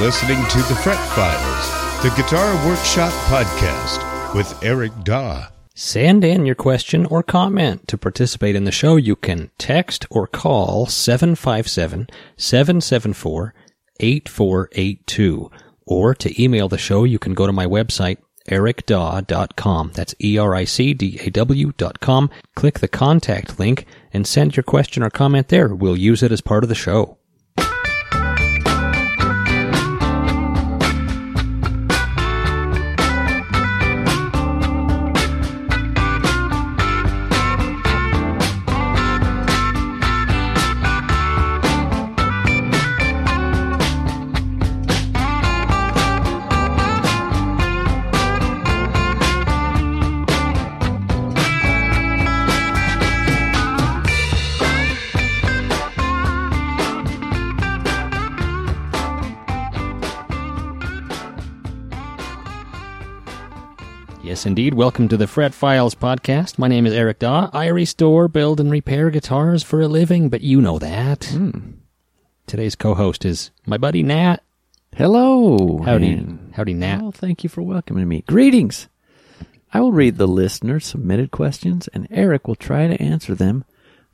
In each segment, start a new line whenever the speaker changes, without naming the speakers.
listening to The Fret Files, the Guitar Workshop Podcast with Eric Daw.
Send in your question or comment. To participate in the show, you can text or call 757 774 8482. Or to email the show, you can go to my website, ericdaw.com. That's E R I C D A W dot com. Click the contact link and send your question or comment there. We'll use it as part of the show. Yes, indeed. Welcome to the Fret Files podcast. My name is Eric Daw. I restore, build, and repair guitars for a living, but you know that. Today's co-host is my buddy Nat.
Hello.
Howdy,
and-
howdy, Nat.
Well, thank you for welcoming me. Greetings. I will read the listener submitted questions, and Eric will try to answer them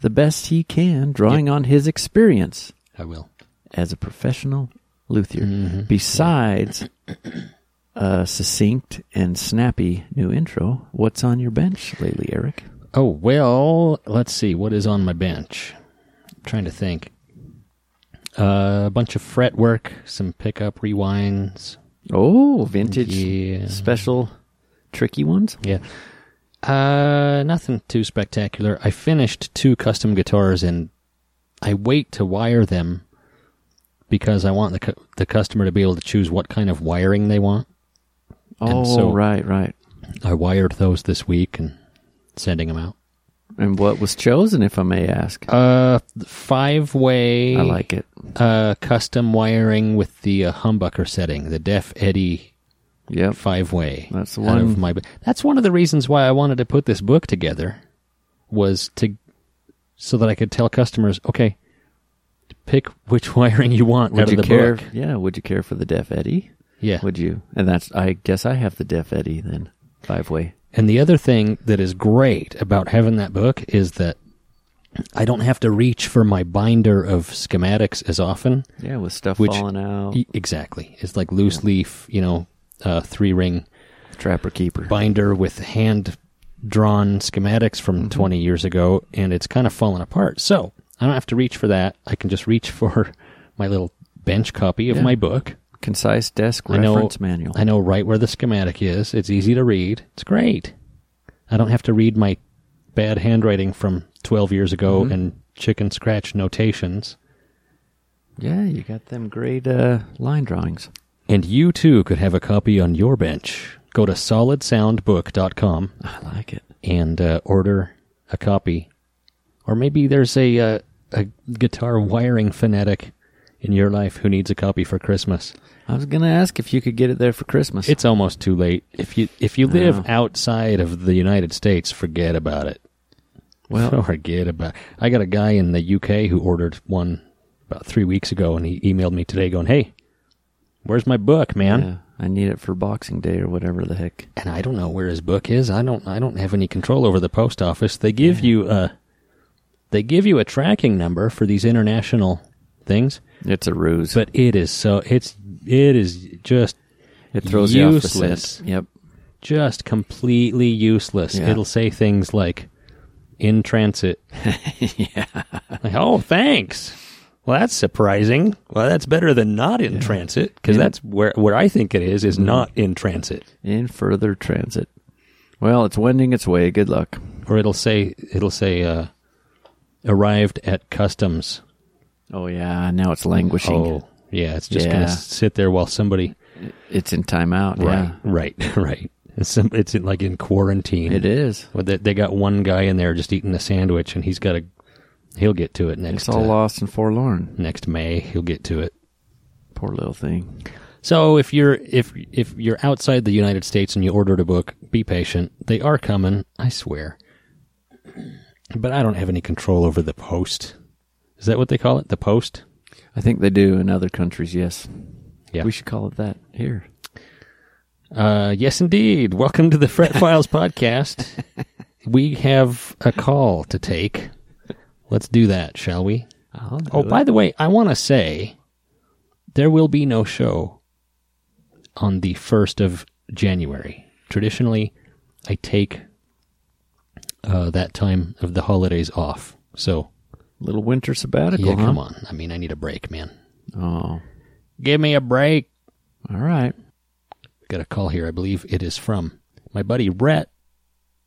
the best he can, drawing on his experience
I will.
as a professional luthier,
Mm-hmm.
besides a succinct and snappy new intro. What's on your bench lately, Eric?
Oh well, let's see what is on my bench. I'm trying to think. Uh, a bunch of fret work, some pickup rewinds.
Oh, vintage,
Yeah.
special, tricky ones.
Yeah. Uh, nothing too spectacular. I finished two custom guitars and I wait to wire them because I want the cu- the customer to be able to choose what kind of wiring they want.
Oh,
so-
right, right.
I wired those this week and sending them out.
And what was chosen, if I may ask?
Uh, five way.
I like it.
uh custom wiring with the uh, humbucker setting, the Def Eddy
Yep.
five way.
That's the
Out of
one.
my, that's one of the reasons why I wanted to put this book together was to so that I could tell customers, okay, pick which wiring you want out
Would
of
you
the
care?
book.
Yeah, would you care for the Def Eddy?
Yeah.
Would you? And that's I guess I have the Def Eddy then, five way.
And the other thing that is great about having that book is that I don't have to reach for my binder of schematics as often.
Yeah, with stuff
Which-
falling out.
E- Exactly. It's like loose leaf, you know, uh, three ring
Trapper keeper.
binder with hand drawn schematics from
Mm-hmm.
20 years ago and it's kind of fallen apart. So I don't have to reach for that. I can just reach for my little bench copy of
Yeah.
my book.
Concise desk
I know-
reference manual.
I know right where the schematic is. It's easy to read. It's great. I don't have to read my bad handwriting from 12 years ago
Mm-hmm.
and chicken scratch notations.
yeah, you got them great uh, line drawings.
And you too could have a copy on your bench. Go to solidsoundbook.com
I like it.
and uh, order a copy. Or maybe there's a uh, a guitar wiring fanatic in your life who needs a copy for Christmas.
I was gonna ask if you could get it there for Christmas.
It's almost too late. If you if you live
know.
outside of the United States, forget about it.
well,
forget about. I got a guy in the UK who ordered one about 3 weeks ago and he emailed me today going, "Hey, where's my book, man?"
yeah, I need it for Boxing Day or whatever the heck.
and I don't know where his book is. I don't I don't have any control over the post office. They give you a they give you a tracking number for these international things,
It's a ruse.
but it is so it's it is just
it throws you off the
useless.
scent. Yep.
just completely useless.
Yeah.
It'll say things like in transit. yeah. Like, oh, thanks. Well, that's surprising. Well, that's better than not in transit because that's where where I think it is is not in transit.
In further transit. Well, it's wending its way. Good luck.
or it'll say it'll say uh, arrived at customs.
Oh yeah, now it's languishing.
Oh, yeah, it's just gonna
Yeah.
s- sit there while somebody
It's in timeout. Yeah.
right, right, right. It's, some, it's in, like in quarantine.
It is.
Well, they, they got one guy in there just eating a sandwich, and he's got a he'll get to it next
It's all
uh,
lost and forlorn.
next May. He'll get to it.
Poor little thing.
So if you're if if you're outside the United States and you ordered a book, be patient. They are coming, I swear. But I don't have any control over the post. Is that what they call it? The post?
I think they do in other countries, yes.
Yeah.
We should call it that here.
Uh, yes, indeed. Welcome to the Fret Files podcast. We have a call to take. Let's do that, shall we?
I'll do
Oh, by the way, I want to say there will be no show on the 1st of January. Traditionally, I take uh, that time of the holidays off. So,
little winter sabbatical.
yeah,
huh?
come on. I mean, I need a break, man.
Oh,
Give me a break.
all right.
Got a call here. I believe it is from my buddy Rhett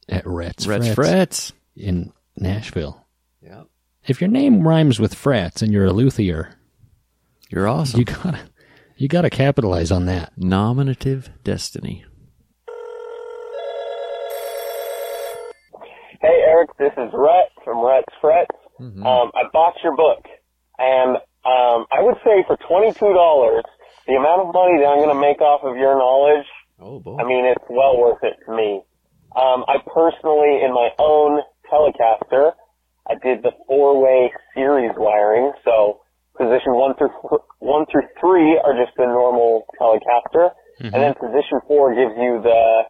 at Rhett's
Rhett's frets.
Frets in Nashville.
Yep.
If your name rhymes with frets and you're a luthier,
You're awesome.
you gotta you gotta capitalize on that.
Nominative destiny.
Hey Eric, this is Rhett from Rhett's Frets. Um, I bought your book, and um, I would say for twenty two dollars, the amount of money that I'm going to make off of your knowledge,
Oh boy.
I mean, it's well worth it to me. Um, I personally, in my own Telecaster, I did the four way series wiring, so position one through four, one through three are just the normal Telecaster, and then position four gives you the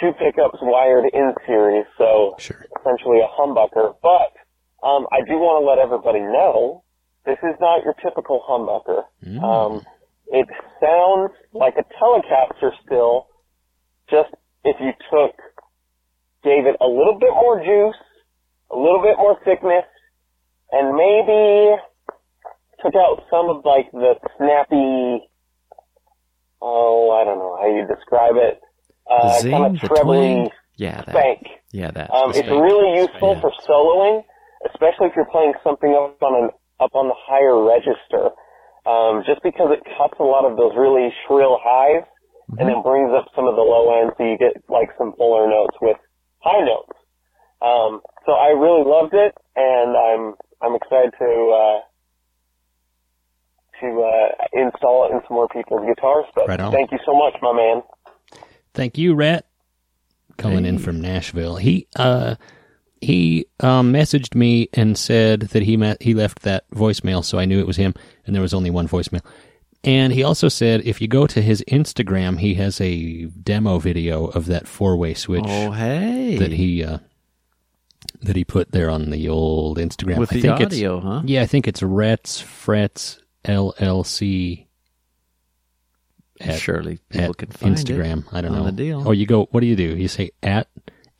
two pickups wired in series, so
Sure.
essentially a humbucker. But um, I do want to let everybody know this is not your typical humbucker.
Mm.
Um, it sounds like a Telecaster still, just if you took, gave it a little bit more juice, a little bit more thickness, and maybe took out some of like the snappy, oh, I don't know how you describe it, uh, kind
Zing,
of
the
trebly
twang. Yeah, that.
spank.
Yeah, that.
Um, it's really useful
Yeah.
for soloing, especially if you're playing something up on an up on the higher register, um, just because it cuts a lot of those really shrill highs and then brings up some of the low end, so you get like some fuller notes with high notes. Um, so I really loved it, and I'm I'm excited to uh, to uh, install it in some more people's guitars. But
Right on.
thank you so much, my man.
Thank you, Rhett. Coming in from Nashville. He uh he um, messaged me and said that he met, he left that voicemail, so I knew it was him, and there was only one voicemail. And he also said if you go to his Instagram, he has a demo video of that four way switch
oh hey.
that he uh, that he put there on the old Instagram.
With
I
the
think it's-
audio, huh?
Yeah, I think it's Rets Frets LLC at-
Surely people
at
can find it
Instagram. I don't
on
know
the deal.
Oh, you go. What do you do? You say at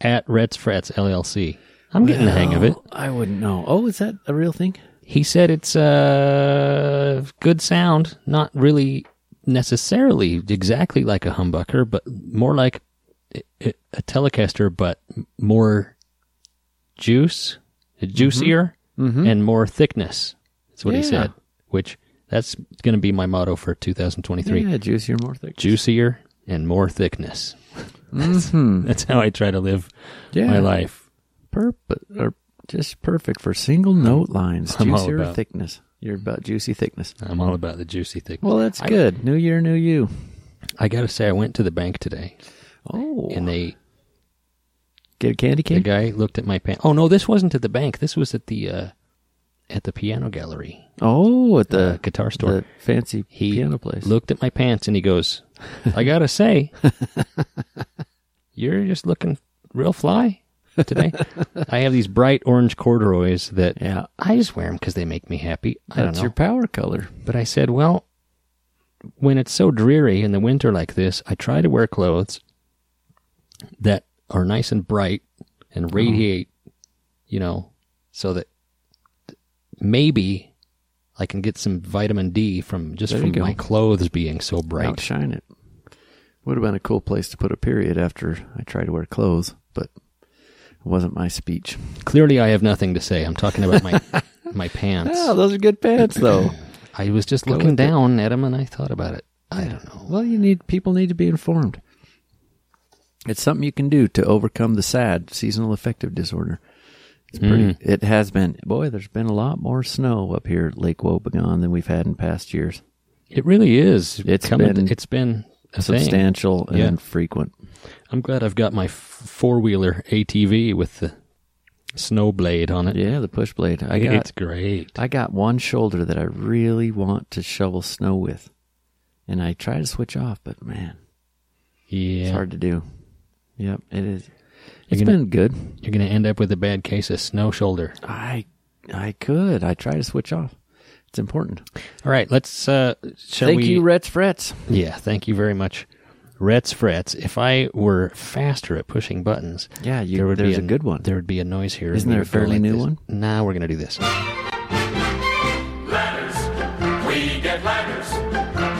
at Rets Frets LLC. I'm getting the hang of it.
Oh, I wouldn't know. Oh, is that a real thing?
He said it's uh, good sound, not really necessarily exactly like a humbucker, but more like a, a a Telecaster, but m- more juice, juicier, and more thickness. That's what he
Mm-hmm. Yeah.
said. Which that's going to be my motto for 2023:
Yeah, juicier, more thick.
juicier and more thickness. that's how I try to live
Mm-hmm. yeah,
my life.
Perp- or just perfect for single note lines.
I'm all
juicier
about-
thickness. You're about juicy thickness.
I'm all about the juicy thickness.
Well, that's good. New year, new you.
I got to say, I went to the bank today,
Oh,
and they
get a candy
The
cane.
guy looked at my pants. Oh no, this wasn't at the bank. This was at the uh, at the piano gallery,
Oh, at
the
the
guitar store.
the fancy
he
piano place.
looked at my pants and he goes, "I gotta say, you're just looking real fly today. I have these bright orange corduroys that
yeah,
I just wear them because they make me happy. I don't
that's
know."
your power color.
But I said, well, when it's so dreary in the winter like this, I try to wear clothes that are nice and bright and
Uh-huh.
radiate, you know, so that maybe I can get some vitamin D from just
There
from
you go.
my clothes being so bright.
Outshine it. Would have been a cool place to put a period after I tried to wear clothes, but it wasn't my speech.
Clearly, I have nothing to say. I'm talking about my my pants.
Oh, those are good pants, though.
I was just looking down at 'em at them and I thought about it. I don't know.
well, you need people need to be informed. It's something you can do to overcome the sad seasonal affective disorder. It's pretty. It has been. Boy, there's been a lot more snow up here at Lake Wobegon than we've had in past years.
It really is.
It's
coming.
been
it's been a thing.
substantial
Yeah.
and frequent.
I'm glad I've got my four wheeler ATV with the snow blade on it.
Yeah, the push blade. I got
it's great.
I got one shoulder that I really want to shovel snow with. and I try to switch off, but man,
Yeah.
it's hard to do. Yep, it is. It's
gonna-
been good.
You're going to end up with a bad case of snow shoulder.
I I could. I try to switch off. It's important.
All right, let's. Uh, shall
Thank
we-
you, Rets Frets.
Yeah, thank you very much, Reds Frets. If I were faster at pushing buttons,
Yeah, you- there's a good one.
There would be a noise here. and
Isn't
we
there a
would go
fairly
like
new
this.
one?
Nah, we're gonna do this.
letters. We get letters.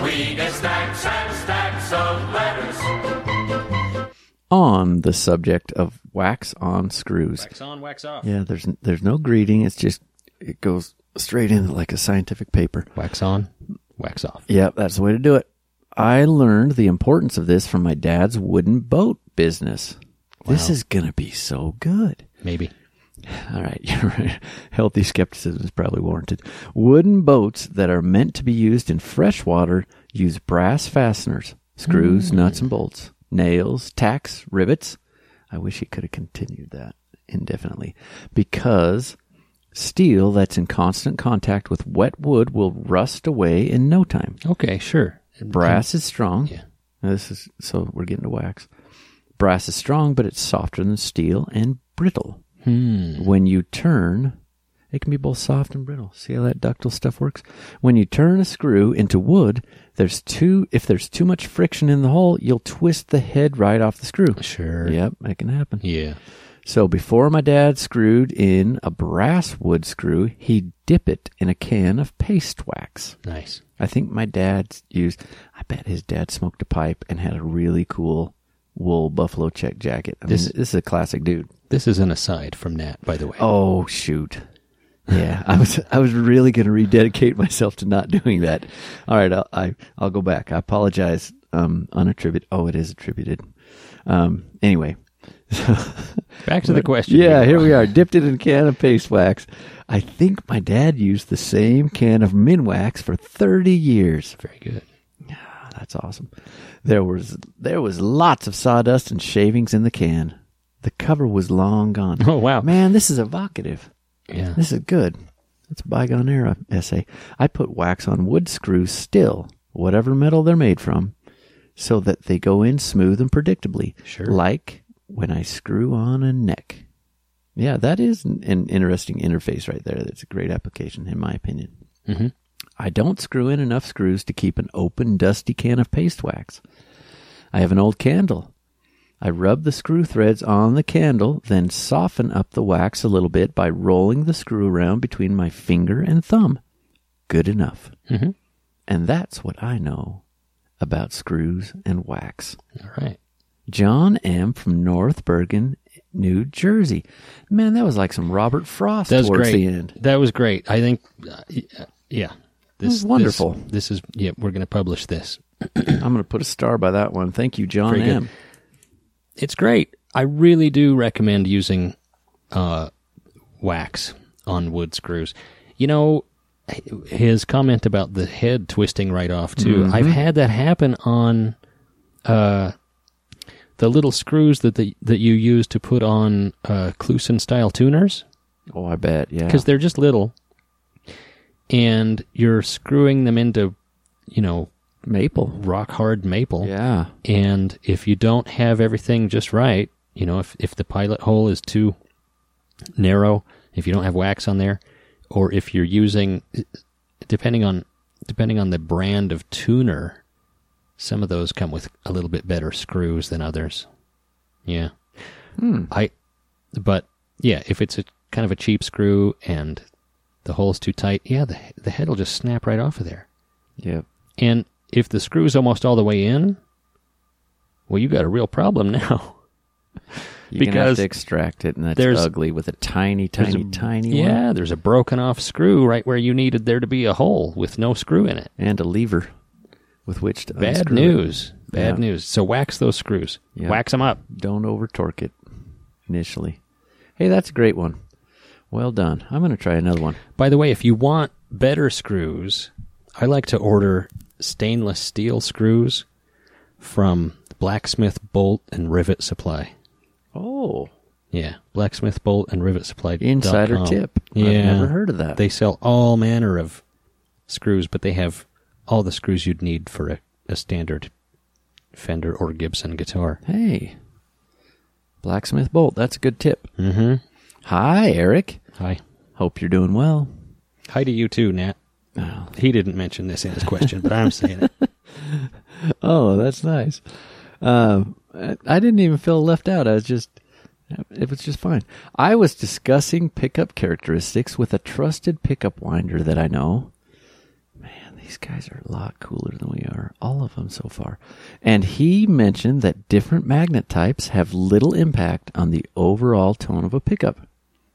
We get stacks and stacks of letters.
On the subject of wax on screws.
Wax on, wax off.
Yeah, there's there's no greeting. It's just it goes straight in like a scientific paper.
Wax on, wax off.
Yep, that's the way to do it. I learned the importance of this from my dad's wooden boat business. This is going to be so good.
Maybe.
All right, you're right. Healthy skepticism is probably warranted. Wooden boats that are meant to be used in fresh water use brass fasteners, screws, nuts and bolts, nails, tacks, rivets. I wish he could have continued that indefinitely because steel that's in constant contact with wet wood will rust away in no time.
Okay, sure.
Brass is strong.
Yeah.
Now, This is so we're getting to wax. Brass is strong, but it's softer than steel and brittle.
Hmm.
When you turn, it can be both soft and brittle. See how that ductile stuff works? When you turn a screw into wood, there's too if there's too much friction in the hole, you'll twist the head right off the screw.
Sure.
Yep, that can happen.
Yeah.
So before my dad screwed in a brass wood screw, he'd dip it in a can of paste wax.
Nice.
I think my dad used. I bet his dad smoked a pipe and had a really cool wool buffalo check jacket. I mean,
This-
this, is a classic dude.
This is an aside from Nat, by the way.
Oh shoot! Yeah, I was I was really going to rededicate myself to not doing that. All right, I'll, I I'll go back. I apologize. Um, unattributed. Oh, it is attributed. Um, anyway,
Back to the question.
yeah, here we are. Dipped it in a can of paste wax. I think my dad used the same can of min wax for thirty years.
Very good.
Ah, That's awesome. There was there was lots of sawdust and shavings in the can. The cover was long gone.
Oh, wow.
Man, this is evocative.
Yeah.
This is good. It's a bygone era essay. I put wax on wood screws still, whatever metal they're made from, so that they go in smooth and predictably.
Sure.
Like when I screw on a neck. Yeah, that is an, an interesting interface right there. That's a great application, in my opinion. I don't screw in enough screws to keep an open, dusty can of paste wax. I have an old candle. I rub the screw threads on the candle, then soften up the wax a little bit by rolling the screw around between my finger and thumb. Good enough.
Mhm.
And that's what I know about screws and wax.
All right.
John M. from North Bergen, New Jersey. Man, that was like some Robert Frost
That was
towards
great.
the end.
That was great. I think. Uh, y- uh, yeah. This
was wonderful.
This, this is. Yeah, we're going to publish this.
I'm going to put a star by that one. Thank you, John
Very good.
M.
it's great. I really do recommend using uh, wax on wood screws. You know, h- his comment about the head twisting right off too.
Mm-hmm.
I've had that happen on uh, the little screws that the, that you use to put on uh, Clusen style tuners
Oh, I bet. Yeah.
because they're just little, and you're screwing them into, you know,
maple.
rock hard maple.
Yeah.
And if you don't have everything just right, you know, if, if the pilot hole is too narrow, if you don't have wax on there, or if you're using, depending on depending on the brand of tuner, some of those come with a little bit better screws than others. Yeah, I, but yeah, if it's a kind of a cheap screw and the hole's too tight, yeah, the the head will just snap right off of there.
Yep.
And if the screw's almost all the way in, well, you got a real problem now.
You're gonna have
Because
to extract it, and that's
there's-
ugly with a tiny, tiny, tiny one
yeah, there's a broken off screw right where you needed there to be a hole with no screw in it.
and a lever with which to
Bad
unscrew it.
news. Bad
Yeah.
news. So wax those screws.
Yeah.
Wax them up.
Don't over torque it initially. Hey, that's a great one. Well done. I'm gonna try another one.
By the way, if you want better screws, I like to order stainless steel screws from Blacksmith Bolt and Rivet Supply.
Oh,
Yeah, Blacksmith Bolt and Rivet Supply.
insider tip.
Yeah,
I've never heard of that.
They sell all manner of screws, but they have all the screws you'd need for a a standard Fender or Gibson guitar.
Hey, blacksmith bolt. That's a good tip.
Mm-hmm.
Hi, Eric.
Hi.
Hope you're doing well.
Hi to you too, Nat. He didn't mention this in his question, but I'm saying it.
Oh, that's nice. Um, I I didn't even feel left out. I was just, it was just fine. I was discussing pickup characteristics with a trusted pickup winder that I know. Man, these guys are a lot cooler than we are, all of them so far. And he mentioned that different magnet types have little impact on the overall tone of a pickup.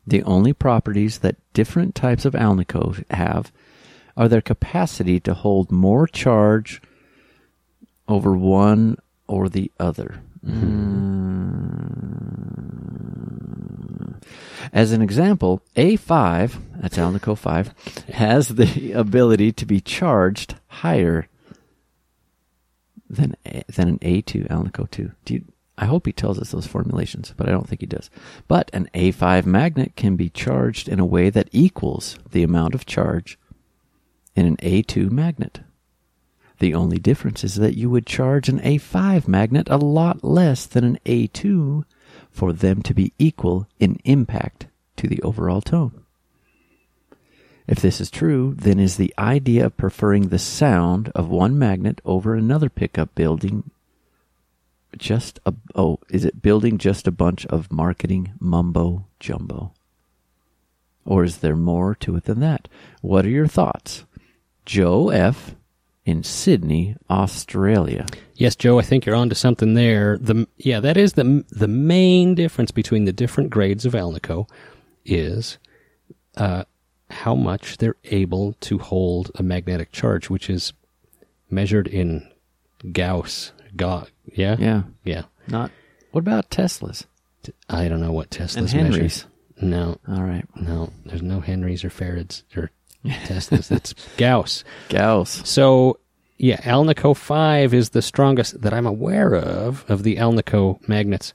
The only properties that different types of Alnico have are their capacity to hold more charge over one or the other. Mm. As an example, A5, that's Alnico 5, has the ability to be charged higher than a, than an A2 Alnico 2. Do you, I hope he tells us those formulations, but I don't think he does. But an A5 magnet can be charged in a way that equals the amount of charge in an A2 magnet. The only difference is that you would charge an A5 magnet a lot less than an A2 for them to be equal in impact to the overall tone. If this is true, then is the idea of preferring the sound of one magnet over another pickup building just a oh, is it building just a bunch of marketing mumbo jumbo? Or is there more to it than that? What are your thoughts? Joe F. in Sydney, Australia.
Yes, Joe, I think you're onto something there. The yeah, that is the the main difference between the different grades of Alnico is uh, how much they're able to hold a magnetic charge, which is measured in Gauss. Ga- yeah,
Yeah.
yeah.
Not what about Teslas?
I don't know what Tesla's
And Henry's.
measures. No,
All right.
no, there's no Henrys or Farads or Teslas. It's Gauss.
Gauss.
So, yeah, Alnico 5 is the strongest that I'm aware of, of the Alnico magnets.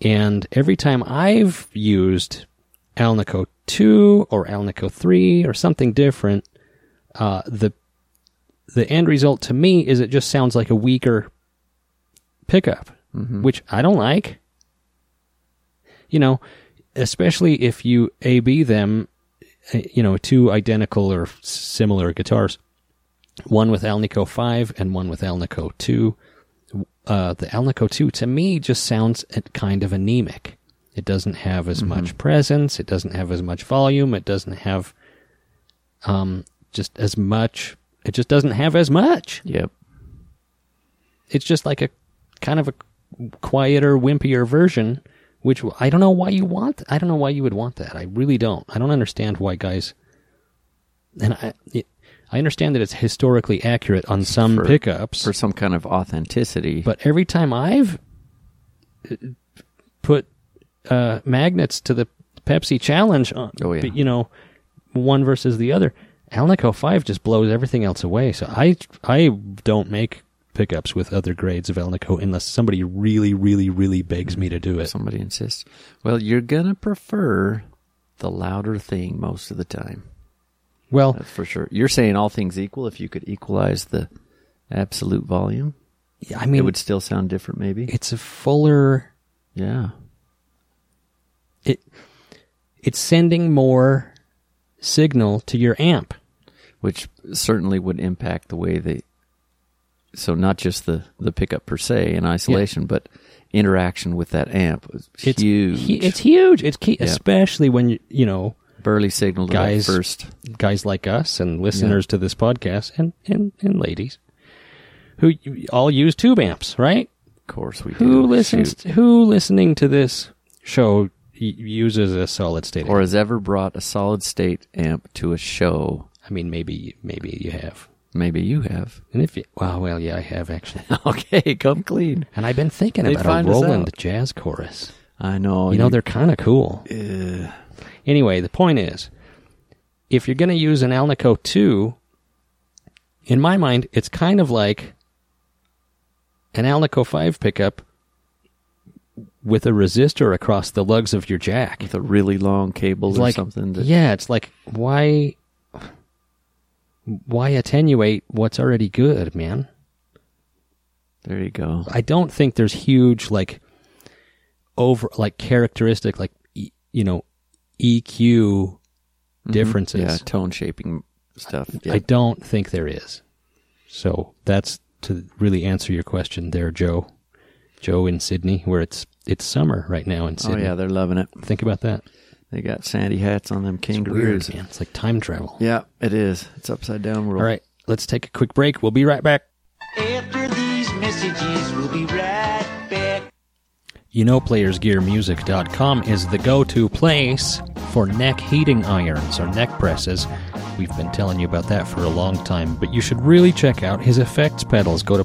And every time I've used Alnico 2 or Alnico 3 or something different, uh, the the end result to me is it just sounds like a weaker pickup, which I don't like. You know, especially if you AB them, uh, you know, two identical or similar guitars one with Alnico 5 and one with Alnico 2. Uh, the Alnico 2 to me just sounds a- kind of anemic. It doesn't have as much presence, it doesn't have as much volume, it doesn't have um, just as much, it just doesn't have as much.
Yep.
It's just like a kind of a quieter, wimpier version, which I don't know why you want. I don't know why you would want that. I really don't. I don't understand why guys. And I, I understand that it's historically accurate on some
For-
pickups,
For some kind of authenticity.
but every time I've uh, put uh, magnets to the Pepsi challenge, on,
Oh, yeah.
but, you know, one versus the other, Alnico Five just blows everything else away. So I I don't make pickups with other grades of Alnico unless somebody really really really begs me to do it.
somebody insists. Well, you're gonna prefer the louder thing most of the time.
Well,
That's for sure. You're saying all things equal, if you could equalize the absolute volume,
I
it
mean,
would still sound different, maybe.
it's a fuller.
Yeah.
It it's sending more signal to your amp.
Which certainly would impact the way they. So not just the the pickup per se in isolation, but interaction with that amp is
It's
huge.
hu- it's huge. It's key, especially when you you know
Burley signaled
Guys-
it at first.
guys like us and listeners to this podcast and, and, and ladies who y- all use tube amps, right?
Of course, we
Who
do.
listens?
Shoot.
who listening to this show y- uses a solid state?
or
amp?
has ever brought a solid state amp to a show?
I mean, maybe maybe you have.
Maybe you have.
And if you, well, well, yeah, I have actually.
Okay, come clean.
And I've been thinking
They'd
about
find
a
us
Roland
out.
jazz chorus.
I know. uh,
you know, they're kind of cool. Anyway, the point is, if you're going to use an Alnico 2, in my mind, it's kind of like an Alnico 5 pickup with a resistor across the lugs of your jack.
with a really long cable
It's
or
like,
something. That,
yeah, it's like, why, why attenuate what's already good, man?
There you go.
I don't think there's huge like over like characteristic like e, you know EQ differences.
Mm-hmm. Yeah, tone shaping stuff. Yeah.
I don't think there is. So that's to really answer your question there, Joe. Joe in Sydney, where it's it's summer right now in
oh
Sydney.
yeah, they're loving it.
Think about that.
They got sandy hats on them
It's weird,
kangaroos.
man. It's like time travel.
yeah, it is. It's upside down world.
All right, let's take a quick break. We'll be right back.
After these messages, we'll be right back.
You know, playersgearmusic.com is the go to place for neck heating irons or neck presses. We've been telling you about that for a long time, but you should really check out his effects pedals. Go to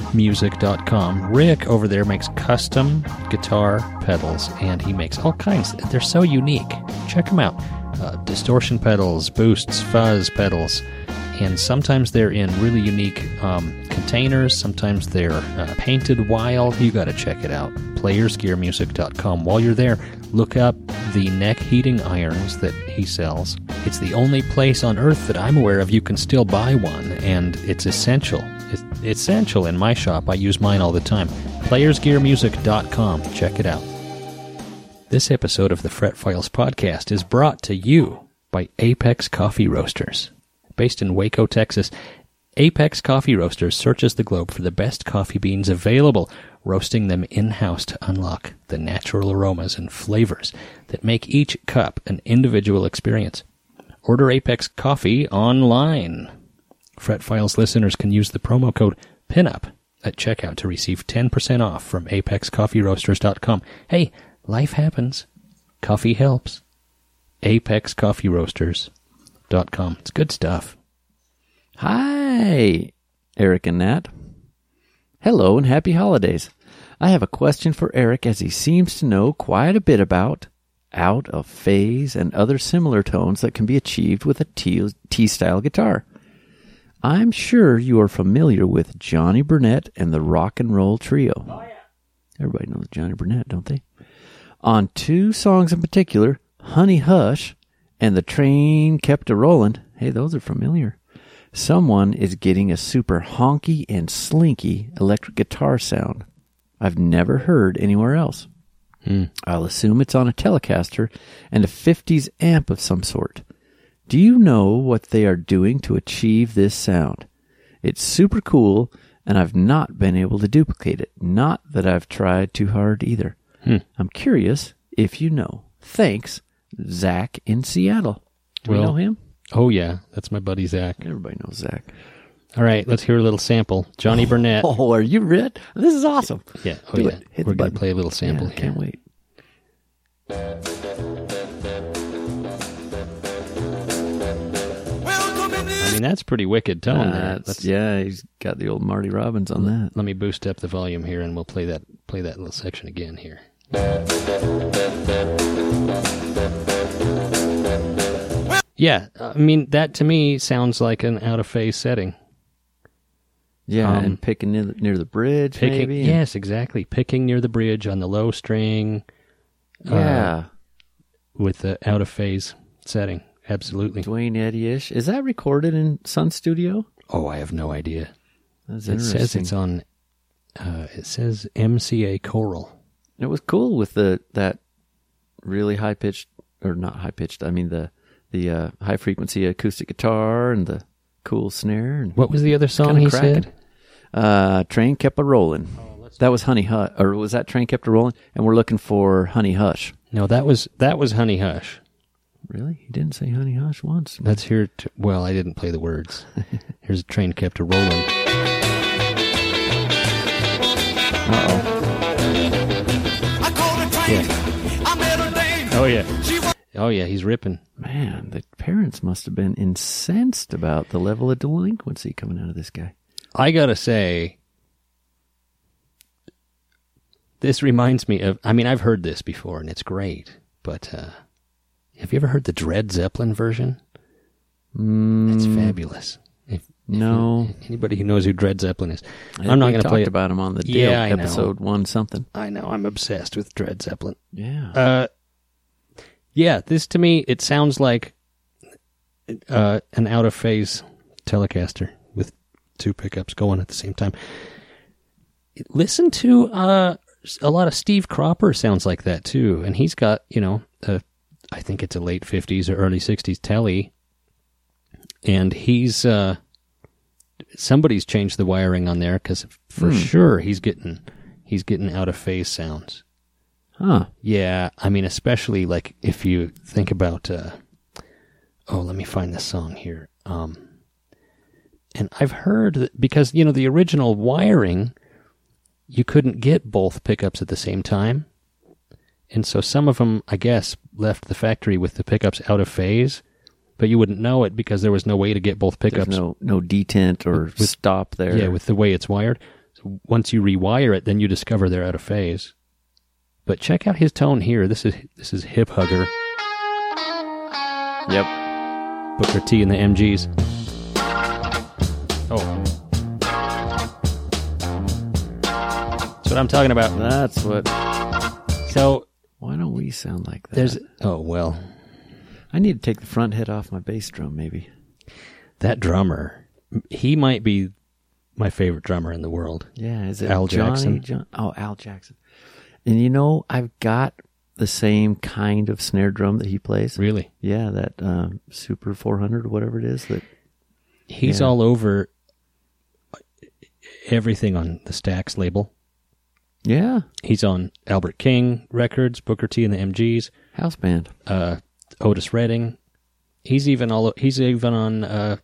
playersgearmusic.com. Rick over there makes custom guitar pedals, and he makes all kinds. They're so unique. Check them out uh, distortion pedals, boosts, fuzz pedals and sometimes they're in really unique um, containers. Sometimes they're uh, painted wild. You got to check it out. PlayersGearMusic.com. While you're there, look up the neck heating irons that he sells. It's the only place on earth that I'm aware of you can still buy one, and it's essential. It's essential in my shop. I use mine all the time. PlayersGearMusic.com. Check it out. This episode of the Fret Files podcast is brought to you by Apex Coffee Roasters. Based in Waco, Texas, Apex Coffee Roasters searches the globe for the best coffee beans available, roasting them in house to unlock the natural aromas and flavors that make each cup an individual experience. Order Apex Coffee online. Fret Files listeners can use the promo code PINUP at checkout to receive 10% off from apexcoffeeroasters.com. Hey, life happens. Coffee helps. apexcoffeeroasters.com. It's good stuff.
Hi, Eric and Nat. Hello and happy holidays. I have a question for Eric as he seems to know quite a bit about out of phase and other similar tones that can be achieved with a T- T-style guitar. I'm sure you are familiar with Johnny Burnett and the Rock and Roll Trio. Oh, yeah. Everybody knows Johnny Burnett, don't they? On two songs in particular, Honey Hush and The Train Kept a Rollin'. Hey, those are familiar someone is getting a super honky and slinky electric guitar sound I've never heard anywhere else. I'll assume it's on a Telecaster and a 50s amp of some sort. Do you know what they are doing to achieve this sound? It's super cool, and I've not been able to duplicate it. Not that I've tried too hard either. I'm curious if you know. Thanks, Zach in Seattle. Do we
Well,
know him?
Oh, yeah. That's my buddy Zach.
Everybody knows Zach.
All right, let's hear a little sample. Johnny Burnett.
Oh, are you red? This is awesome.
Yeah. Oh,
Do
yeah.
it.
We're
Hit the
going
button.
to play a little sample
Yeah,
here.
Can't wait.
I mean, that's pretty wicked tone there.
That's- Uh, yeah, he's got the old Marty Robbins on that.
Let me boost up the volume here, and we'll play that play that little section again here. Yeah, I mean that to me sounds like an out of phase setting.
Yeah,
Um,
and picking near the, near the bridge,
Picking,
maybe. and-
yes, exactly. Picking near the bridge on the low string uh,
yeah.
with the out of phase setting. Absolutely.
Dwayne Eddy-ish. Is that recorded in Sun Studio?
Oh, I have no idea.
That's
It
interesting.
says it's on. Uh, it says MCA Choral.
It was cool with the that really high pitched or not high pitched. I mean the the uh, high frequency acoustic guitar and the cool snare and
What was the other song
Kinda
Oh, he
cracking.
said?
Uh, train kept a rolling. that was Honey Hush, or was that Train kept a rolling? And we're looking for Honey Hush.
No, that was that was Honey Hush.
Really? He didn't say Honey Hush once.
Let's hear. T- well, I didn't play the words. Here's a train kept a rolling.
I called a train. I met her name.
Oh yeah.
She was
Oh yeah. He's ripping.
Man, the parents must have been incensed about the level of delinquency coming out of this guy.
I gotta say, this reminds me of. I mean, I've heard this before, and it's great. But uh, have you ever heard the Dread Zeppelin version? It's
Mm.
fabulous. If
No,
anybody who knows who Dread Zeppelin is,
I
I'm
think
not
we
going to
talked
play it.
about him on the deal
Yeah, I know.
episode one something.
I know I'm obsessed with Dread Zeppelin.
Yeah,
Uh, yeah, this to me it sounds like uh, an out of phase Telecaster with two pickups going at the same time. listen to uh, a lot of Steve Cropper sounds like that too, and he's got you know a, I think it's a late fifties or early sixties telly, and he's uh, somebody's changed the wiring on there because for sure he's getting he's getting out of phase sounds.
Huh.
Yeah, I mean, especially like if you think about, uh, oh, let me find the song here. Um, and I've heard that because you know the original wiring, you couldn't get both pickups at the same time, and so some of them, I guess, left the factory with the pickups out of phase, but you wouldn't know it because there was no way to get both
There's
pickups.
no no detent or stop there.
Yeah, with the way it's wired. So once you rewire it, then you discover they're out of phase. But check out his tone here. This is this is hip hugger.
yep.
Booker T and the MGs. Oh. That's what I'm talking about.
That's what.
So
Why don't we sound like that?
there's oh well,
I need to take the front head off my bass drum, maybe.
that drummer. He might be my favorite drummer in the world.
Yeah, is it
Al
Johnny
Jackson.
John- oh, Al Jackson. And you know, I've got the same kind of snare drum that he plays.
Really.
Yeah, that um, Super 400, whatever it is. That
He's
Yeah.
all over everything on the Stax label.
yeah,
He's on Albert King Records, Booker T and the MGs,
house band.
uh, Otis Redding. He's even all he's even on uh,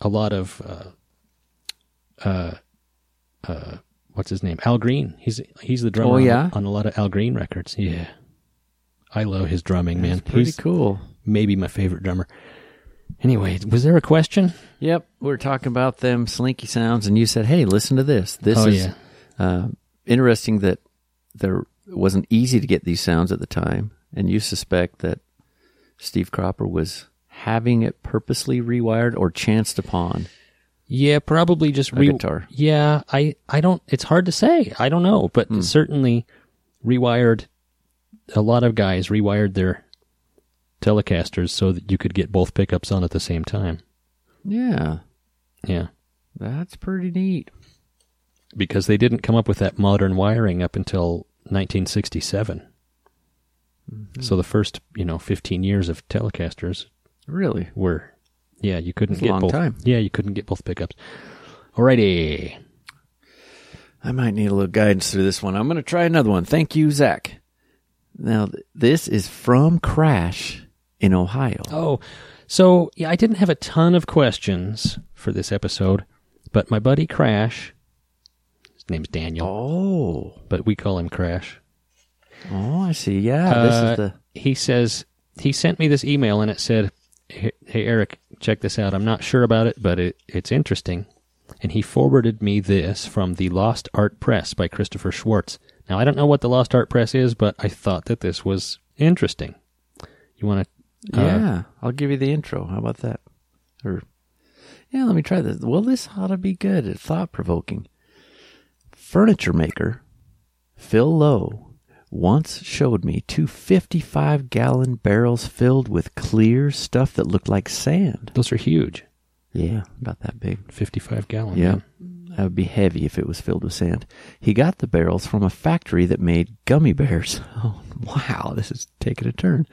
a lot of uh, uh, uh, what's his name? Al Green. He's he's the drummer
Oh,
on-
yeah?
on, a lot of Al Green records. Yeah. I love his drumming, man.
Pretty
he's
cool.
maybe my favorite drummer. Anyway, was there a question?
Yep, we were talking about them slinky sounds, and you said, "Hey, listen to this. This
Oh,
is
yeah.
uh, interesting that there it wasn't easy to get these sounds at the time." And you suspect that Steve Cropper was having it purposely rewired or chanced upon.
Yeah, probably just re-
guitar.
Yeah, I I don't. It's hard to say. I don't know, but
Hmm.
certainly rewired. A lot of guys rewired their Telecasters so that you could get both pickups on at the same time.
Yeah,
Yeah,
that's pretty neat.
because they didn't come up with that modern wiring up until 1967.
Mm-hmm.
So the first, you know, 15 years of Telecasters
Really?
were, yeah, you couldn't
It's a
get
long
both.
time.
Yeah, you couldn't get both pickups. Alrighty.
I might need a little guidance through this one. I'm going to try another one. Thank you, Zach. Now, th- this is from Crash in Ohio.
Oh, so yeah, I didn't have a ton of questions for this episode, but my buddy Crash, his name's Daniel,
Oh,
but we call him Crash.
oh I see. Yeah, this
Uh,
is the.
He says he sent me this email and it said, "Hey hey, Eric, check this out. I'm not sure about it, but it, it's interesting." And he forwarded me this from the Lost Art Press by Christopher Schwartz. Now I don't know what the Lost Art Press is, but I thought that this was interesting. You uh, want to?
Yeah, I'll give you the intro. How about that? Or yeah, let me try this. Well, this ought to be good. It's thought provoking. Furniture maker Phil Lowe once showed me two 55 gallon barrels filled with clear stuff that looked like sand.
those are huge,
Yeah, about that big.
fifty-five gallon.
Yeah. That would be heavy if it was filled with sand. He got the barrels from a factory that made gummy bears. Oh, wow, this is taking a turn.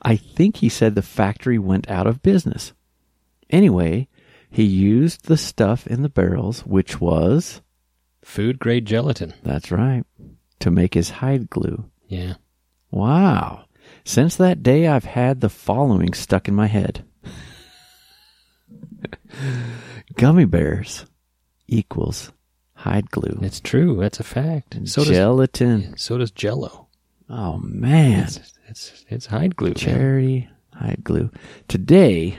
I think he said the factory went out of business. Anyway, he used the stuff in the barrels, which was,
Food grade gelatin.
that's right, to make his hide glue.
Yeah.
Wow. Since that day, I've had the following stuck in my head Gummy bears equals hide glue.
It's true. That's a fact. So
gelatin.
does so does Jello.
Oh man,
It's it's, it's hide glue. man.
charity hide glue. Today,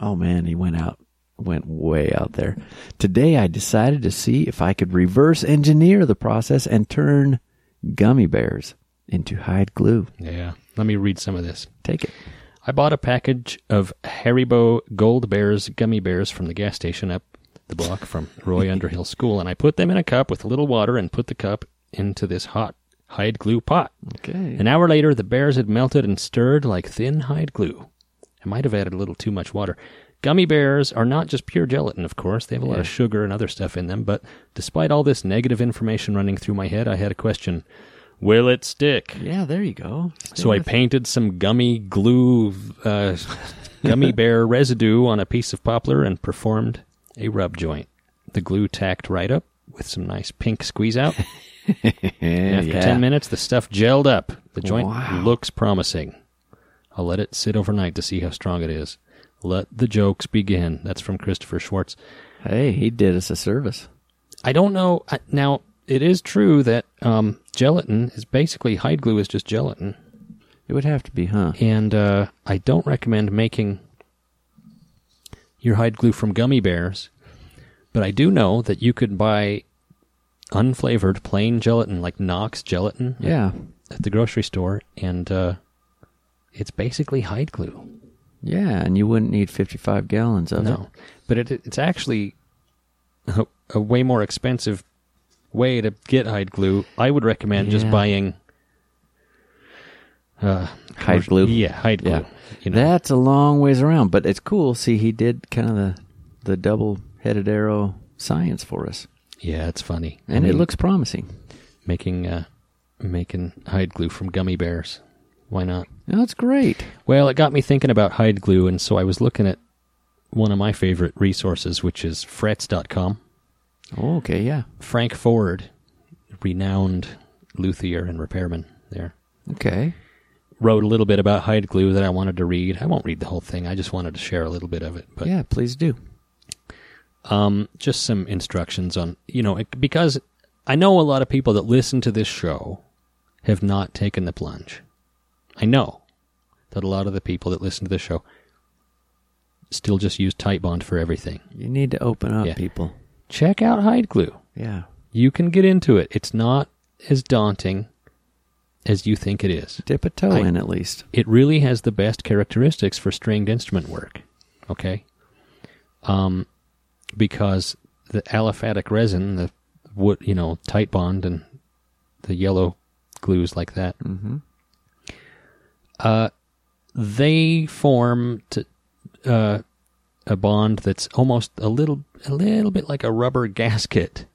oh man, he went out, went way out there. Today, I decided to see if I could reverse engineer the process and turn gummy bears into hide glue.
Yeah. Let me read some of this.
Take it.
I bought a package of Haribo Gold Bears gummy bears from the gas station up the block from Roy Underhill School, and I put them in a cup with a little water and put the cup into this hot hide glue pot.
Okay.
An hour later, the bears had melted and stirred like thin hide glue. I might have added a little too much water. Gummy bears are not just pure gelatin, of course. They have a lot of sugar and other stuff in them. But despite all this negative information running through my head, I had a question Will it stick?
Yeah, there you go.
So I painted some gummy glue, uh, gummy bear residue on a piece of poplar and performed a rub joint. The glue tacked right up with some nice pink squeeze out. And after 10 minutes, the stuff gelled up. The joint
Wow.
looks promising. I'll let it sit overnight to see how strong it is. Let the jokes begin. That's from Christopher Schwartz.
Hey, he did us a service.
I don't know. I- Now, it is true that um, gelatin is basically hide glue is just gelatin.
It would have to be, huh?
and uh, I don't recommend making your hide glue from gummy bears. But I do know that you could buy unflavored plain gelatin, like Knox gelatin,
Yeah.
at the grocery store, and uh, it's basically hide glue.
Yeah, and you wouldn't need 55 gallons of it.
No, but it, it's actually a, a way more expensive way to get hide glue. I would recommend just
Yeah.
buying
Hide glue.
yeah hide glue.
Yeah.
You know,
That's a long ways around, but it's cool. See, he did kind of the, the double headed arrow science for us,
yeah, it's funny,
and
I
it
mean-
looks promising.
making uh, making hide glue from gummy bears. Why not?
No, it's Oh, great.
Well, it got me thinking about hide glue, and so I was looking at one of my favorite resources, which is frets.com.
Oh, Okay, yeah.
Frank Ford, renowned luthier and repairman there,
Okay.
wrote a little bit about hide glue that I wanted to read. I won't read the whole thing. I just wanted to share a little bit of it. But
yeah, please do.
just some instructions on you know it- because I know a lot of people that listen to this show have not taken the plunge. I know that a lot of the people that listen to this show still just use tight bond for everything.
You need to open up,
Yeah.
people.
Check out hide glue.
Yeah.
You can get into it. It's not as daunting as you think it is.
Dip a toe
I-
in at least.
it really has the best characteristics for stringed instrument work. Okay, um, because the aliphatic resin, the wood, you know, tight bond, and the yellow glues like that, mm-hmm. uh, they form to, uh, a bond that's almost a little, a little bit like a rubber gasket.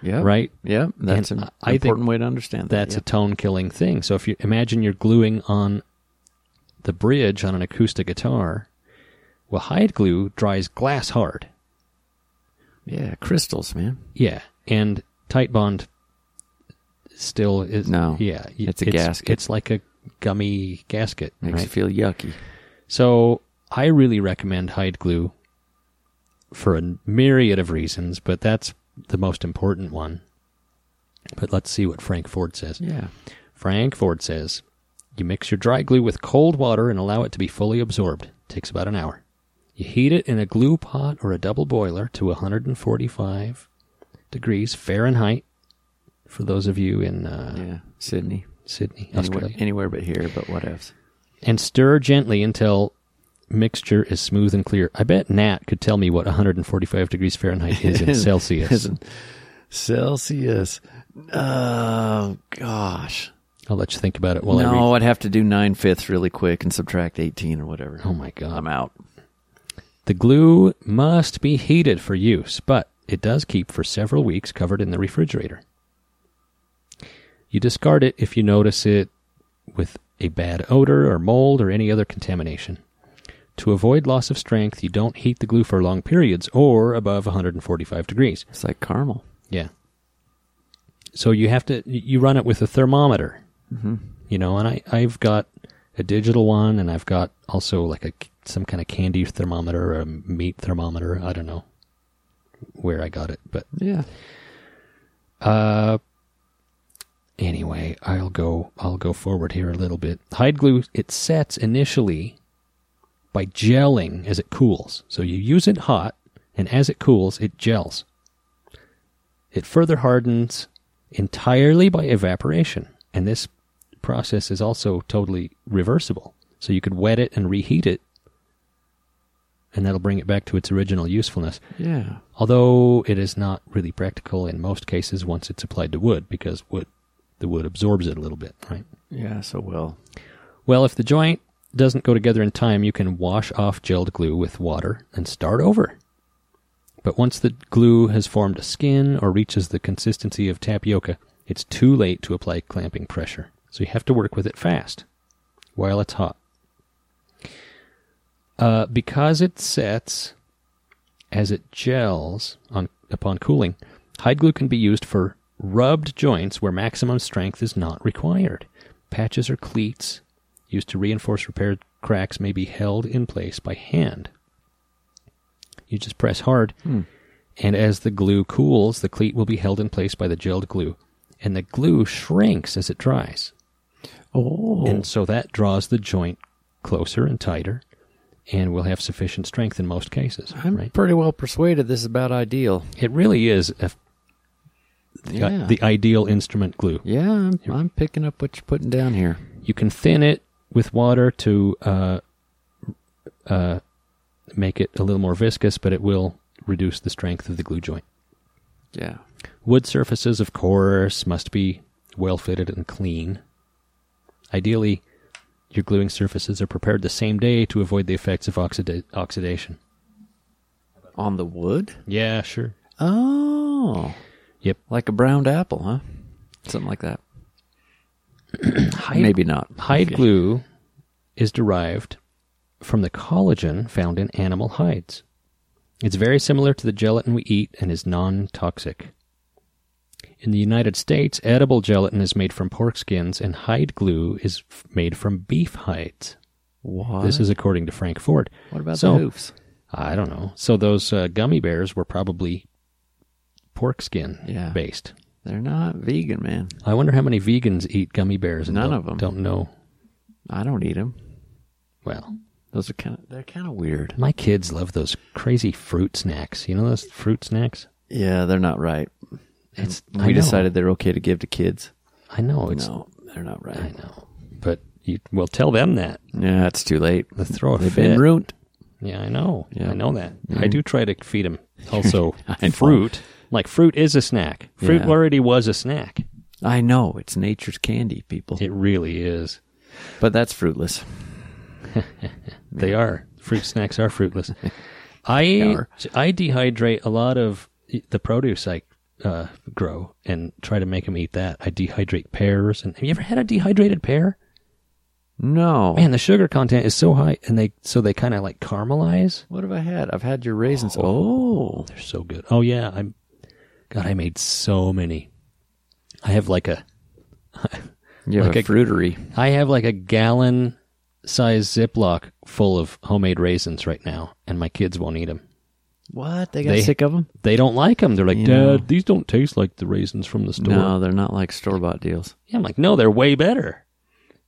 Yeah.
Right?
Yeah. That's
And
an
I think
important way to understand that.
That's a tone killing thing. So if you imagine you're gluing on the bridge on an acoustic guitar, well, hide glue dries glass hard.
yeah. yeah, crystals, man.
Yeah, and tight bond still is
No,
Yeah, y-
it's a gasket.
It's like a gummy gasket.
Makes
right?
you feel yucky.
So I really recommend hide glue for a myriad of reasons, but that's the most important one. But let's see what Frank Ford says.
Yeah.
Frank Ford says, You mix your dry glue with cold water and allow it to be fully absorbed. Takes about an hour. You heat it in a glue pot or a double boiler to 145 degrees Fahrenheit. For those of you in uh,
Yeah. Sydney.
Sydney,
Anywhere,
Australia,
anywhere but here, but what else?
and stir gently until mixture is smooth and clear. I bet Nat could tell me what 145 degrees Fahrenheit is in Celsius.
Celsius. Oh, gosh.
I'll let you think about it while I read.
no, I'd have to do nine fifths really quick and subtract 18 or whatever.
Oh my god.
I'm out.
The glue must be heated for use, but it does keep for several weeks covered in the refrigerator. You discard it if you notice it with a bad odor or mold or any other contamination. To avoid loss of strength, you don't heat the glue for long periods or above 145 degrees.
It's like caramel.
Yeah. So you have to you run it with a thermometer, you know, and I I've got a digital one, and I've got also like a some kind of candy thermometer or a meat thermometer. I don't know where I got it, but
Yeah.
Uh, anyway, I'll go I'll go forward here a little bit. Hide glue it sets initially by gelling as it cools. So you use it hot and as it cools it gels. It further hardens entirely by evaporation. And this process is also totally reversible. So you could wet it and reheat it and that'll bring it back to its original usefulness
Yeah.
although it is not really practical in most cases once it's applied to wood because wood the wood absorbs it a little bit right
Yeah. So, well,
well if the joint doesn't go together in time, you can wash off gelled glue with water and start over. But once the glue has formed a skin or reaches the consistency of tapioca, it's too late to apply clamping pressure. So you have to work with it fast while it's hot. Uh, because it sets as it gels on, upon cooling, hide glue can be used for rubbed joints where maximum strength is not required. Patches or cleats used to reinforce repaired cracks may be held in place by hand. You just press hard,
Hmm.
and as the glue cools, the cleat will be held in place by the gelled glue, and the glue shrinks as it dries.
Oh,
And so that draws the joint closer and tighter and will have sufficient strength in most cases.
I'm
right?
pretty well persuaded this is about ideal.
It really is a, the,
Yeah.
Uh, the ideal instrument glue.
Yeah, I'm, I'm picking up what you're putting down here.
You can thin it with water to uh, uh, make it a little more viscous, but it will reduce the strength of the glue joint.
Yeah.
Wood surfaces, of course, must be well fitted and clean. Ideally, your gluing surfaces are prepared the same day to avoid the effects of oxida- oxidation.
On the wood?
Yeah, sure.
Oh.
Yep.
Like a browned apple, huh? Something like that.
Hide,
Maybe not.
hide
Okay.
glue is derived from the collagen found in animal hides. It's very similar to the gelatin we eat and is non toxic. In the United States, edible gelatin is made from pork skins and hide glue is f- made from beef hides.
What?
This is according to Frank Ford.
what about
so,
the hoofs?
I don't know. So those uh, gummy bears were probably pork skin
Yeah.
based.
They're not vegan, man.
I wonder how many vegans eat gummy bears and
None
don't,
of 'em.
don't know.
I don't eat them.
Well,
Those are kind of they're kind of weird.
my kids love those crazy fruit snacks. You know those fruit snacks?
Yeah, they're not right.
It's
We
I know.
decided they're okay to give to kids.
I know it's
No, they're not
I
right.
know, but you well tell them that
Yeah, it's too late.
the throw a
They've
fit.
been ruined.
Yeah, I know.
Yeah. Mm-hmm.
I know that. I do try to feed them also
I know.
fruit. Like fruit is a snack. Fruit
Yeah.
already was a snack.
I know it's nature's candy, people.
It really is.
But that's fruitless.
They are. Fruit snacks are fruitless. I
are.
I dehydrate a lot of e, the produce I uh, grow and try to make them eat that. I dehydrate pears. And have you ever had a dehydrated pear?
No.
Man, the sugar content is so high, and they so they kind of like caramelize.
What have I had? I've had your raisins.
Oh.
Oh.
They're so good. Oh yeah, I'm. God, I made so many. I have like a
You have
Like
a,
a-
fruitery.
I have like a gallon size Ziploc full of homemade raisins right now, and my kids won't eat them.
What? They got
They-
sick of them?
they don't like them. They're like,
You
Dad,
know.
these don't taste like the raisins from the store.
No, they're not like store bought deals.
Yeah, I'm like, no, they're way better.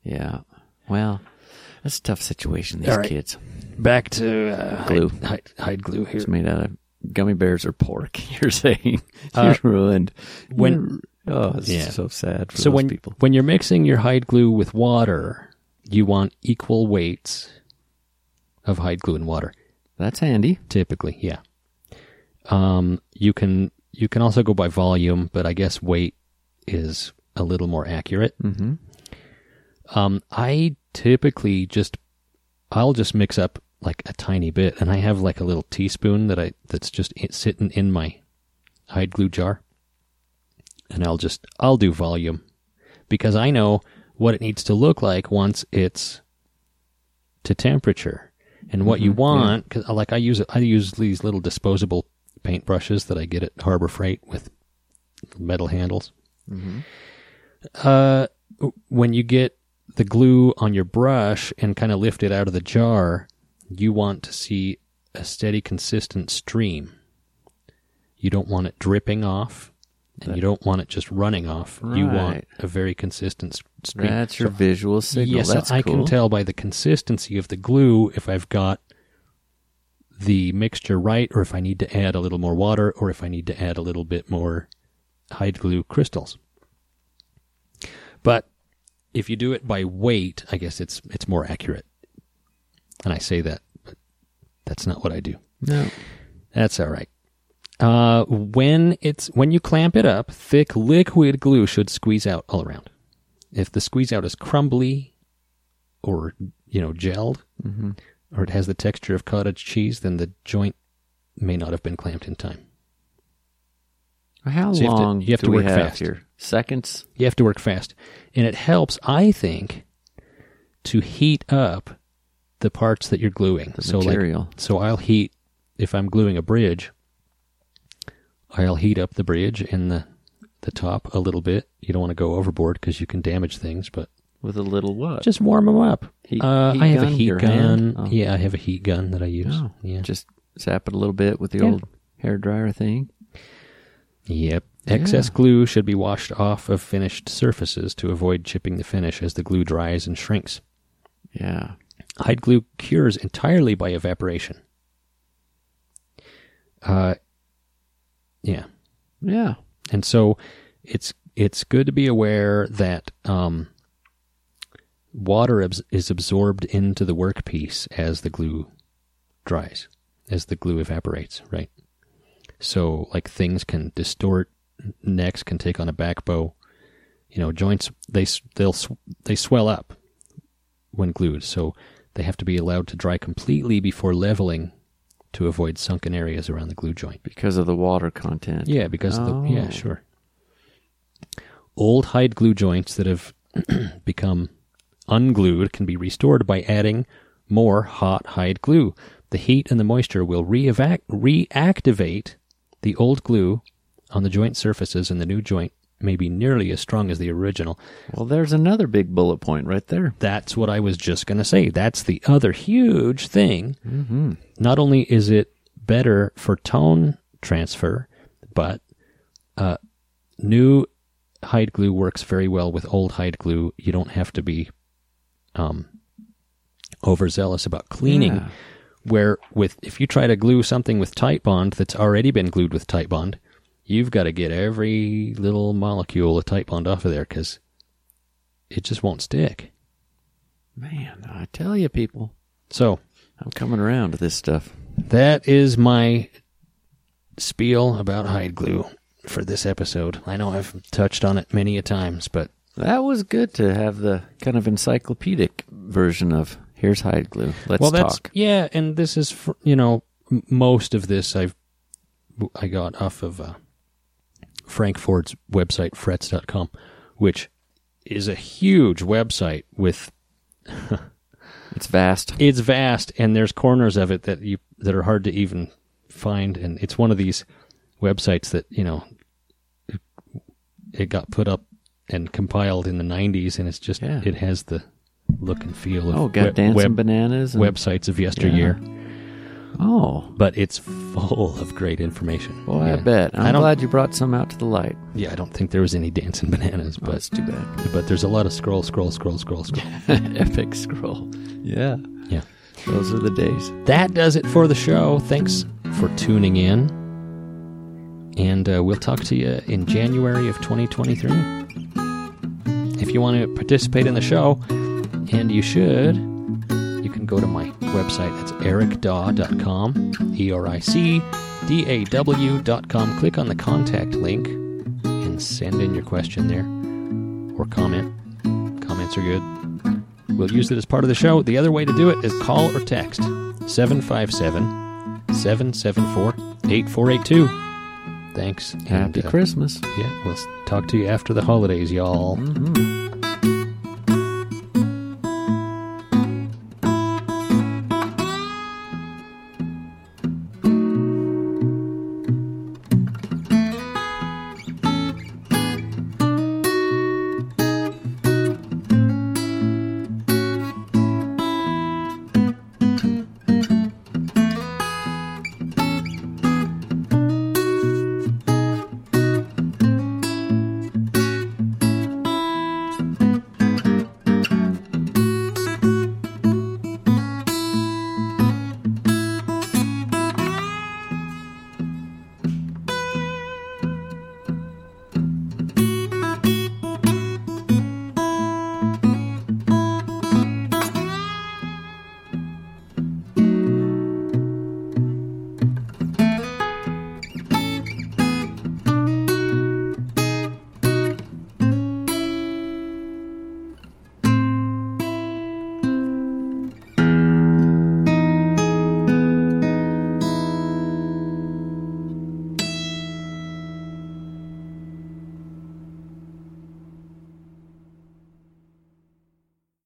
Yeah. Well, that's a tough situation, these
All right.
kids.
Back to uh,
Glue.
Hide, hide, hide glue here.
It's made out of gummy bears or pork, you're saying. You're ruined.
Uh, when-
You're- oh, it's
Yeah.
so sad for
So
those
when
people.
when you're mixing your hide glue with water, you want equal weights of hide glue and water.
That's handy.
Typically, yeah. Um, you can you can also go by volume, but I guess weight is a little more accurate. Mm-hmm. Um, I typically just I'll just mix up like a tiny bit, and I have like a little teaspoon that I that's just i- sitting in my hide glue jar, and I'll just I'll do volume because I know what it needs to look like once it's to temperature and what you want because like i use i use these little disposable paint brushes that i get at harbor freight with metal handles uh, when you get the glue on your brush and kind of lift it out of the jar you want to see a steady consistent stream you don't want it dripping off and you don't want it just running off you want
Right.
a very consistent s- stream
That's your visual signal.
Yes,
That's
I
cool.
can tell by the consistency of the glue if I've got the mixture right, or if I need to add a little more water, or if I need to add a little bit more hide glue crystals. But if you do it by weight, I guess it's it's more accurate. And I say that, but that's not what I do.
No.
That's all right. Uh, when it's when you clamp it up, thick liquid glue should squeeze out all around. If the squeeze out is crumbly or you know gelled, or it has the texture of cottage cheese, then the joint may not have been clamped in time.
How
So you have to-
long
you have
do
to
we
work
have
fast.
here? Seconds.
You have to work fast, and it helps, I think, to heat up the parts that you're gluing. so
material.
like, so I'll heat if I'm gluing a bridge. I'll heat up the bridge and the the top a little bit. You don't want to go overboard because you can damage things, but
With a little what?
just warm them up.
Heat-
uh,
heat
I have
gun,
a heat
your
gun.
hand? Oh.
Yeah, I have a heat gun that I use.
Oh,
yeah.
Just zap it a little bit with the
Yeah.
old hair dryer thing.
Yep. Excess
Yeah.
glue should be washed off of finished surfaces to avoid chipping the finish as the glue dries and shrinks.
Yeah.
Hide glue cures entirely by evaporation. Uh, yeah.
Yeah.
And so it's it's good to be aware that um, water abs- is absorbed into the workpiece as the glue dries, as the glue evaporates, right? So like things can distort, necks can take on a back bow, you know, joints they s- they'll sw- they swell up when glued, so they have to be allowed to dry completely before leveling to avoid sunken areas around the glue joint.
Because of the water content.
Yeah, because of the yeah,
Oh.
sure. Old hide glue joints that have become unglued can be restored by adding more hot hide glue. The heat and the moisture will reevac- reactivate the old glue on the joint surfaces, and the new joint may be nearly as strong as the original.
Well, there's another big bullet point right there.
That's what I was just going to say. That's the other huge thing. Not only is it better for tone transfer, but uh, new hide glue works very well with old hide glue. You don't have to be um, overzealous about cleaning.
Yeah.
Where with if you try to glue something with tight bond that's already been glued with tight bond, you've got to get every little molecule of tight bond off of there because it just won't stick.
Man, I tell you, people,
So
I'm coming around to this stuff.
that is my spiel about hide glue for this episode. I know I've touched on it many a times, but
That was good to have the kind of encyclopedic version of here's hide glue. Let's talk.
yeah, and this is fr- you know m- most of this I've I got off of uh, Frank Ford's website frets.com, which is a huge website with
It's vast.
it's vast and there's corners of it that you that are hard to even find and it's one of these websites that you know it got put up and compiled in the 90s and it's just
Yeah.
it has the look and feel of
Oh, got
web-
dancing
web-
bananas. And,
websites of yesteryear
Oh,
but it's full of great information
boy, I
Yeah.
bet.
I
I'm
don't-
glad you brought some out to the light.
yeah i don't think there was any dancing bananas
Oh, that's
but
too bad.
but there's a lot of scroll scroll scroll scroll scroll
Epic scroll. Yeah.
yeah
Those are the days.
that does it for the show. Thanks for tuning in. And uh, we'll talk to you in January of 2023. If you want to participate in the show, and you should, you can go to my website. That's ericdaw.com, E R I C D A W.com. Click on the contact link and send in your question there or comment. Comments are good. We'll use it as part of the show. The other way to do it is call or text 757 774 8482. Thanks. and,
Happy
uh,
Christmas.
Yeah, we'll s- talk to you after the holidays, y'all.
Mm-hmm.